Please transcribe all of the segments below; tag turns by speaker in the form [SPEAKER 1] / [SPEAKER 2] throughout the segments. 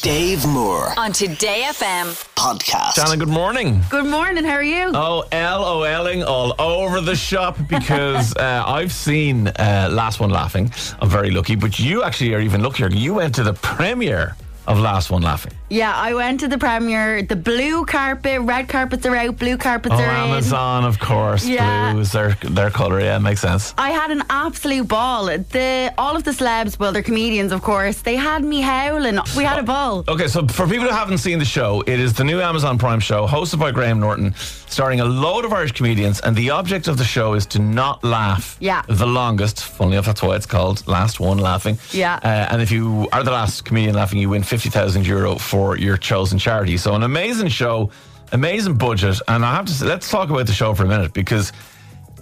[SPEAKER 1] Dave Moore
[SPEAKER 2] on Today FM.
[SPEAKER 1] podcast.
[SPEAKER 3] Dana, good morning.
[SPEAKER 4] Good morning. How are you?
[SPEAKER 3] Oh, LOLing all over the shop because uh, I've seen uh, Last One Laughing. I'm very lucky, but you actually are even luckier. You went to the premiere of Last One Laughing.
[SPEAKER 4] Yeah, I went to the premiere. The blue carpet, red carpets are out, blue carpets
[SPEAKER 3] Oh,
[SPEAKER 4] are in.
[SPEAKER 3] Amazon, of course.
[SPEAKER 4] Yeah.
[SPEAKER 3] Blue is their, their color. Yeah, makes sense.
[SPEAKER 4] I had an absolute ball. The all of the celebs, well, they're comedians, of course. They had me howling. We had a ball.
[SPEAKER 3] Okay, so for people who haven't seen the show, it is the new Amazon Prime show hosted by Graham Norton, starring a load of Irish comedians, and the object of the show is to not laugh
[SPEAKER 4] Yeah.
[SPEAKER 3] the longest. Funnily enough, that's why it's called Last One Laughing.
[SPEAKER 4] Yeah.
[SPEAKER 3] Uh, and if you are the last comedian laughing, you win 50,000 euro for your chosen charity. So, an amazing show, amazing budget. And I have to say, let's talk about the show for a minute because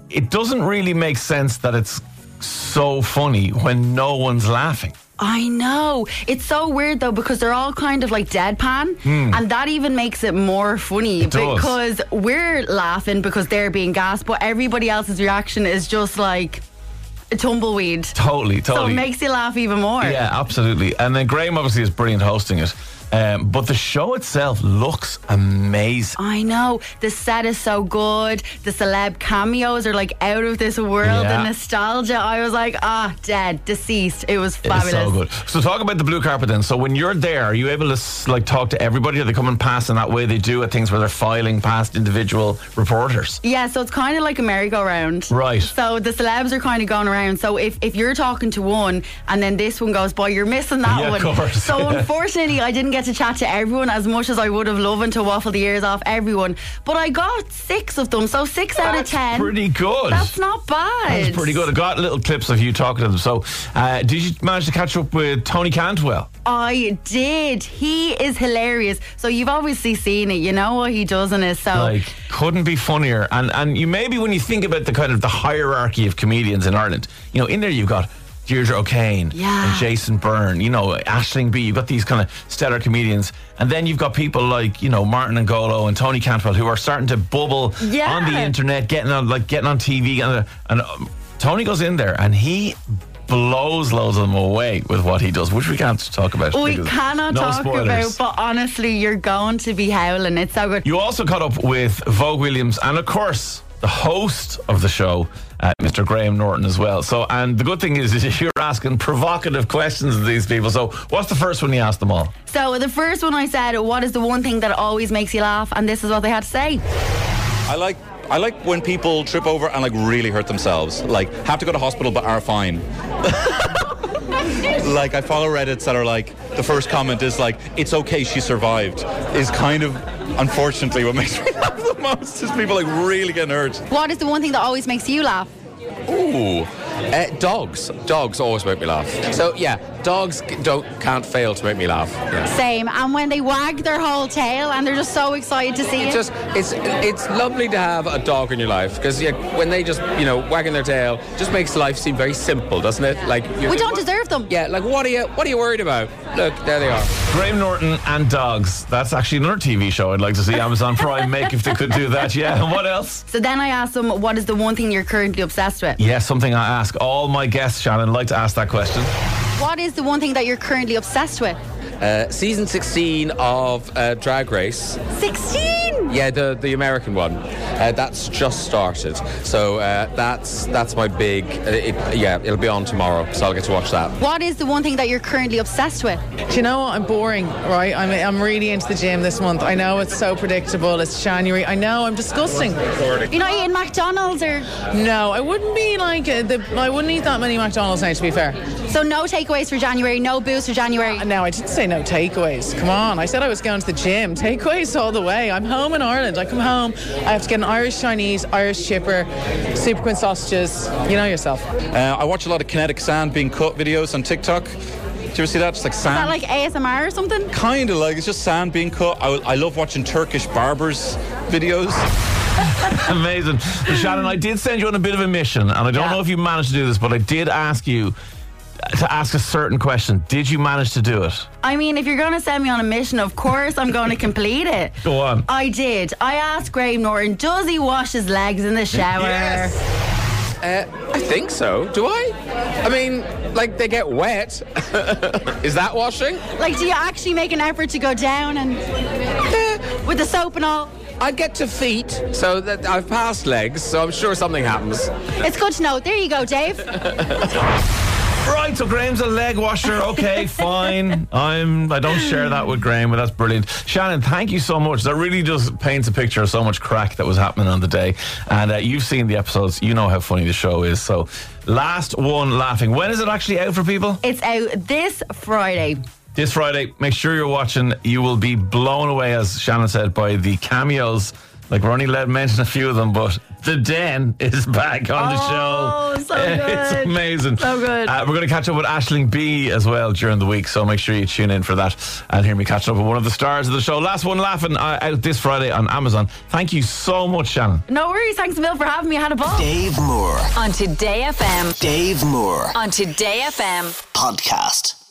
[SPEAKER 3] it doesn't really make sense that it's so funny when no one's laughing.
[SPEAKER 4] I know. It's so weird though because they're all kind of like deadpan, and that even makes it more funny
[SPEAKER 3] Hmm. does.
[SPEAKER 4] because we're laughing because they're being gassed, but everybody else's reaction is just like a tumbleweed.
[SPEAKER 3] Totally, totally.
[SPEAKER 4] So it makes you laugh even more.
[SPEAKER 3] Yeah, absolutely. And then Graham obviously is brilliant hosting it. Um, but the show itself looks amazing.
[SPEAKER 4] I know. The set is so good. The celeb cameos are like out of this world.
[SPEAKER 3] Yeah.
[SPEAKER 4] The nostalgia. I was like, ah, dead, deceased. It was
[SPEAKER 3] It's
[SPEAKER 4] fabulous.
[SPEAKER 3] so good. So talk about the blue carpet then. So when you're there, are you able to s- like talk to everybody? Are they coming past in that way they do at things where they're filing past individual reporters?
[SPEAKER 4] Yeah, so it's kind of like a merry-go-round.
[SPEAKER 3] Right.
[SPEAKER 4] So the celebs are kind of going around. So if, if you're talking to one and then this one goes by, you're missing that
[SPEAKER 3] Yeah,
[SPEAKER 4] one.
[SPEAKER 3] of course.
[SPEAKER 4] So unfortunately, I didn't get to chat to everyone as much as I would have loved to waffle the ears off everyone. But I got six of them. So six out of
[SPEAKER 3] That's
[SPEAKER 4] ten.
[SPEAKER 3] Pretty good.
[SPEAKER 4] That's not bad.
[SPEAKER 3] That's pretty good. I got little clips of you talking to them. So, uh, did you manage to catch up with Tony Cantwell?
[SPEAKER 4] I did. He is hilarious. So you've obviously seen it. You know what he does in his so.
[SPEAKER 3] Like, couldn't be funnier. And and you maybe when you think about the kind of the hierarchy of comedians in Ireland, you know, in there you've got Deirdre O'Kane
[SPEAKER 4] Yeah.
[SPEAKER 3] and Jason Byrne, you know, Ashling B. You've got these kind of stellar comedians, and then you've got people like you know Martin Angolo and Tony Cantwell who are starting to bubble
[SPEAKER 4] Yeah.
[SPEAKER 3] on the internet, getting on like getting on TV, and and um, Tony goes in there and he. Blows loads of them away with what he does, which we can't talk about.
[SPEAKER 4] we
[SPEAKER 3] because
[SPEAKER 4] cannot
[SPEAKER 3] no
[SPEAKER 4] talk
[SPEAKER 3] spoilers.
[SPEAKER 4] about, but honestly, you're going to be howling. It's so good.
[SPEAKER 3] You also caught up with Vogue Williams and, of course, the host of the show, uh, Mr. Graham Norton, as well. So, and the good thing is, is you're asking provocative questions of these people. So, what's the first one you asked them all?
[SPEAKER 4] So the first one I said, what is the one thing that always makes you laugh? And this is what they had to say.
[SPEAKER 5] I like I like when people trip over and like really hurt themselves. Like have to go to hospital but are fine. like I follow Reddits that are like the first comment is like it's okay she survived is kind of unfortunately what makes me laugh the most is people like really getting hurt.
[SPEAKER 4] What is the one thing that always makes you laugh?
[SPEAKER 6] Ooh, uh,
[SPEAKER 5] Eh,
[SPEAKER 6] dogs. Dogs always make me laugh. So yeah, dogs c- don't can't fail to make me laugh. Yeah.
[SPEAKER 4] Same. And when they wag their whole tail and they're just so excited to see it.
[SPEAKER 6] It's just it's it's lovely to have a dog in your life because yeah, when they just you know wagging their tail just makes life seem very simple, doesn't it? Like you
[SPEAKER 4] We don't deserve them.
[SPEAKER 6] Yeah, like what are you what are you worried about? Look, there they are.
[SPEAKER 3] Graham Norton and dogs. That's actually another TV show I'd like to see Amazon Prime make if they could do that. Yeah, and what else?
[SPEAKER 4] So then I asked them, what is the one thing you're currently obsessed with?
[SPEAKER 3] Yeah, something I ask all my guests, Shannon, like to ask that question.
[SPEAKER 4] What is the one thing that you're currently obsessed with?
[SPEAKER 6] Uh, season 16 of uh, Drag Race.
[SPEAKER 4] 16!
[SPEAKER 6] Yeah, the the American one. Uh, that's just started. So uh, that's that's my big. Uh, it, yeah, it'll be on tomorrow, so I'll get to watch that.
[SPEAKER 4] What is the one thing that you're currently obsessed with?
[SPEAKER 7] Do you know what? I'm boring, right? I'm, I'm really into the gym this month. I know it's so predictable. It's January. I know I'm disgusting.
[SPEAKER 4] You're not eating McDonald's or
[SPEAKER 7] No, I wouldn't be like uh, the. I wouldn't eat that many McDonald's now. To be fair,
[SPEAKER 4] so no takeaways for January, no booze for January.
[SPEAKER 7] no, I didn't say no takeaways. Come on, I said I was going to the gym. Takeaways all the way. I'm home in Ireland. I come home. I have to get an Irish Chinese, Irish chipper, super queen sausages. You know yourself.
[SPEAKER 5] Uh, I watch a lot of kinetic sand being cut videos on TikTok. Do you ever see that? Just like
[SPEAKER 4] Is that
[SPEAKER 5] sand.
[SPEAKER 4] like ASMR or something?
[SPEAKER 5] kind of like it's just sand being cut. I, I love watching Turkish barbers videos.
[SPEAKER 3] Amazing. But Shannon, I did send you on a bit of a mission, and I don't
[SPEAKER 7] Yeah.
[SPEAKER 3] know if you managed to do this, but I did ask you to ask a certain question. Did you manage to do it?
[SPEAKER 4] I mean, if you're going to send me on a mission, of course I'm going to complete it.
[SPEAKER 3] Go on.
[SPEAKER 4] I did. I asked Graham Norton, does he wash his legs in the shower?
[SPEAKER 6] Uh,
[SPEAKER 3] Yes.
[SPEAKER 6] I think so. Do I? I mean, like they get wet. Is that washing?
[SPEAKER 4] Like, do you actually make an effort to go down and with the soap and all?
[SPEAKER 6] I get to feet, so that I've passed legs, so I'm sure something happens.
[SPEAKER 4] It's good to know. There you go, Dave.
[SPEAKER 3] Right, so Graham's a leg washer. Okay, fine. I'm. I don't share that with Graham, but that's brilliant. Shannon, thank you so much. That really just paints a picture of so much crack that was happening on the day. And uh, you've seen the episodes. You know how funny the show is. So, last one laughing. When is it actually out for people?
[SPEAKER 4] It's out this Friday.
[SPEAKER 3] This Friday. Make sure you're watching. You will be blown away, as Shannon said, by the cameos. Like we're only allowed to mention a few of them, but the Den is back on the
[SPEAKER 4] Oh,
[SPEAKER 3] show.
[SPEAKER 4] so
[SPEAKER 3] It's
[SPEAKER 4] good.
[SPEAKER 3] amazing.
[SPEAKER 4] So good.
[SPEAKER 3] Uh, we're going to catch up with Ashling B as well during the week, so make sure you tune in for that and hear me catch up with one of the stars of the show. Last one laughing uh, out this Friday on Amazon. Thank you so much, Shannon.
[SPEAKER 4] No worries. Thanks, Bill, for having me. I had a ball.
[SPEAKER 1] Dave Moore.
[SPEAKER 2] on Today FM.
[SPEAKER 1] Dave Moore.
[SPEAKER 2] On Today FM.
[SPEAKER 1] Podcast.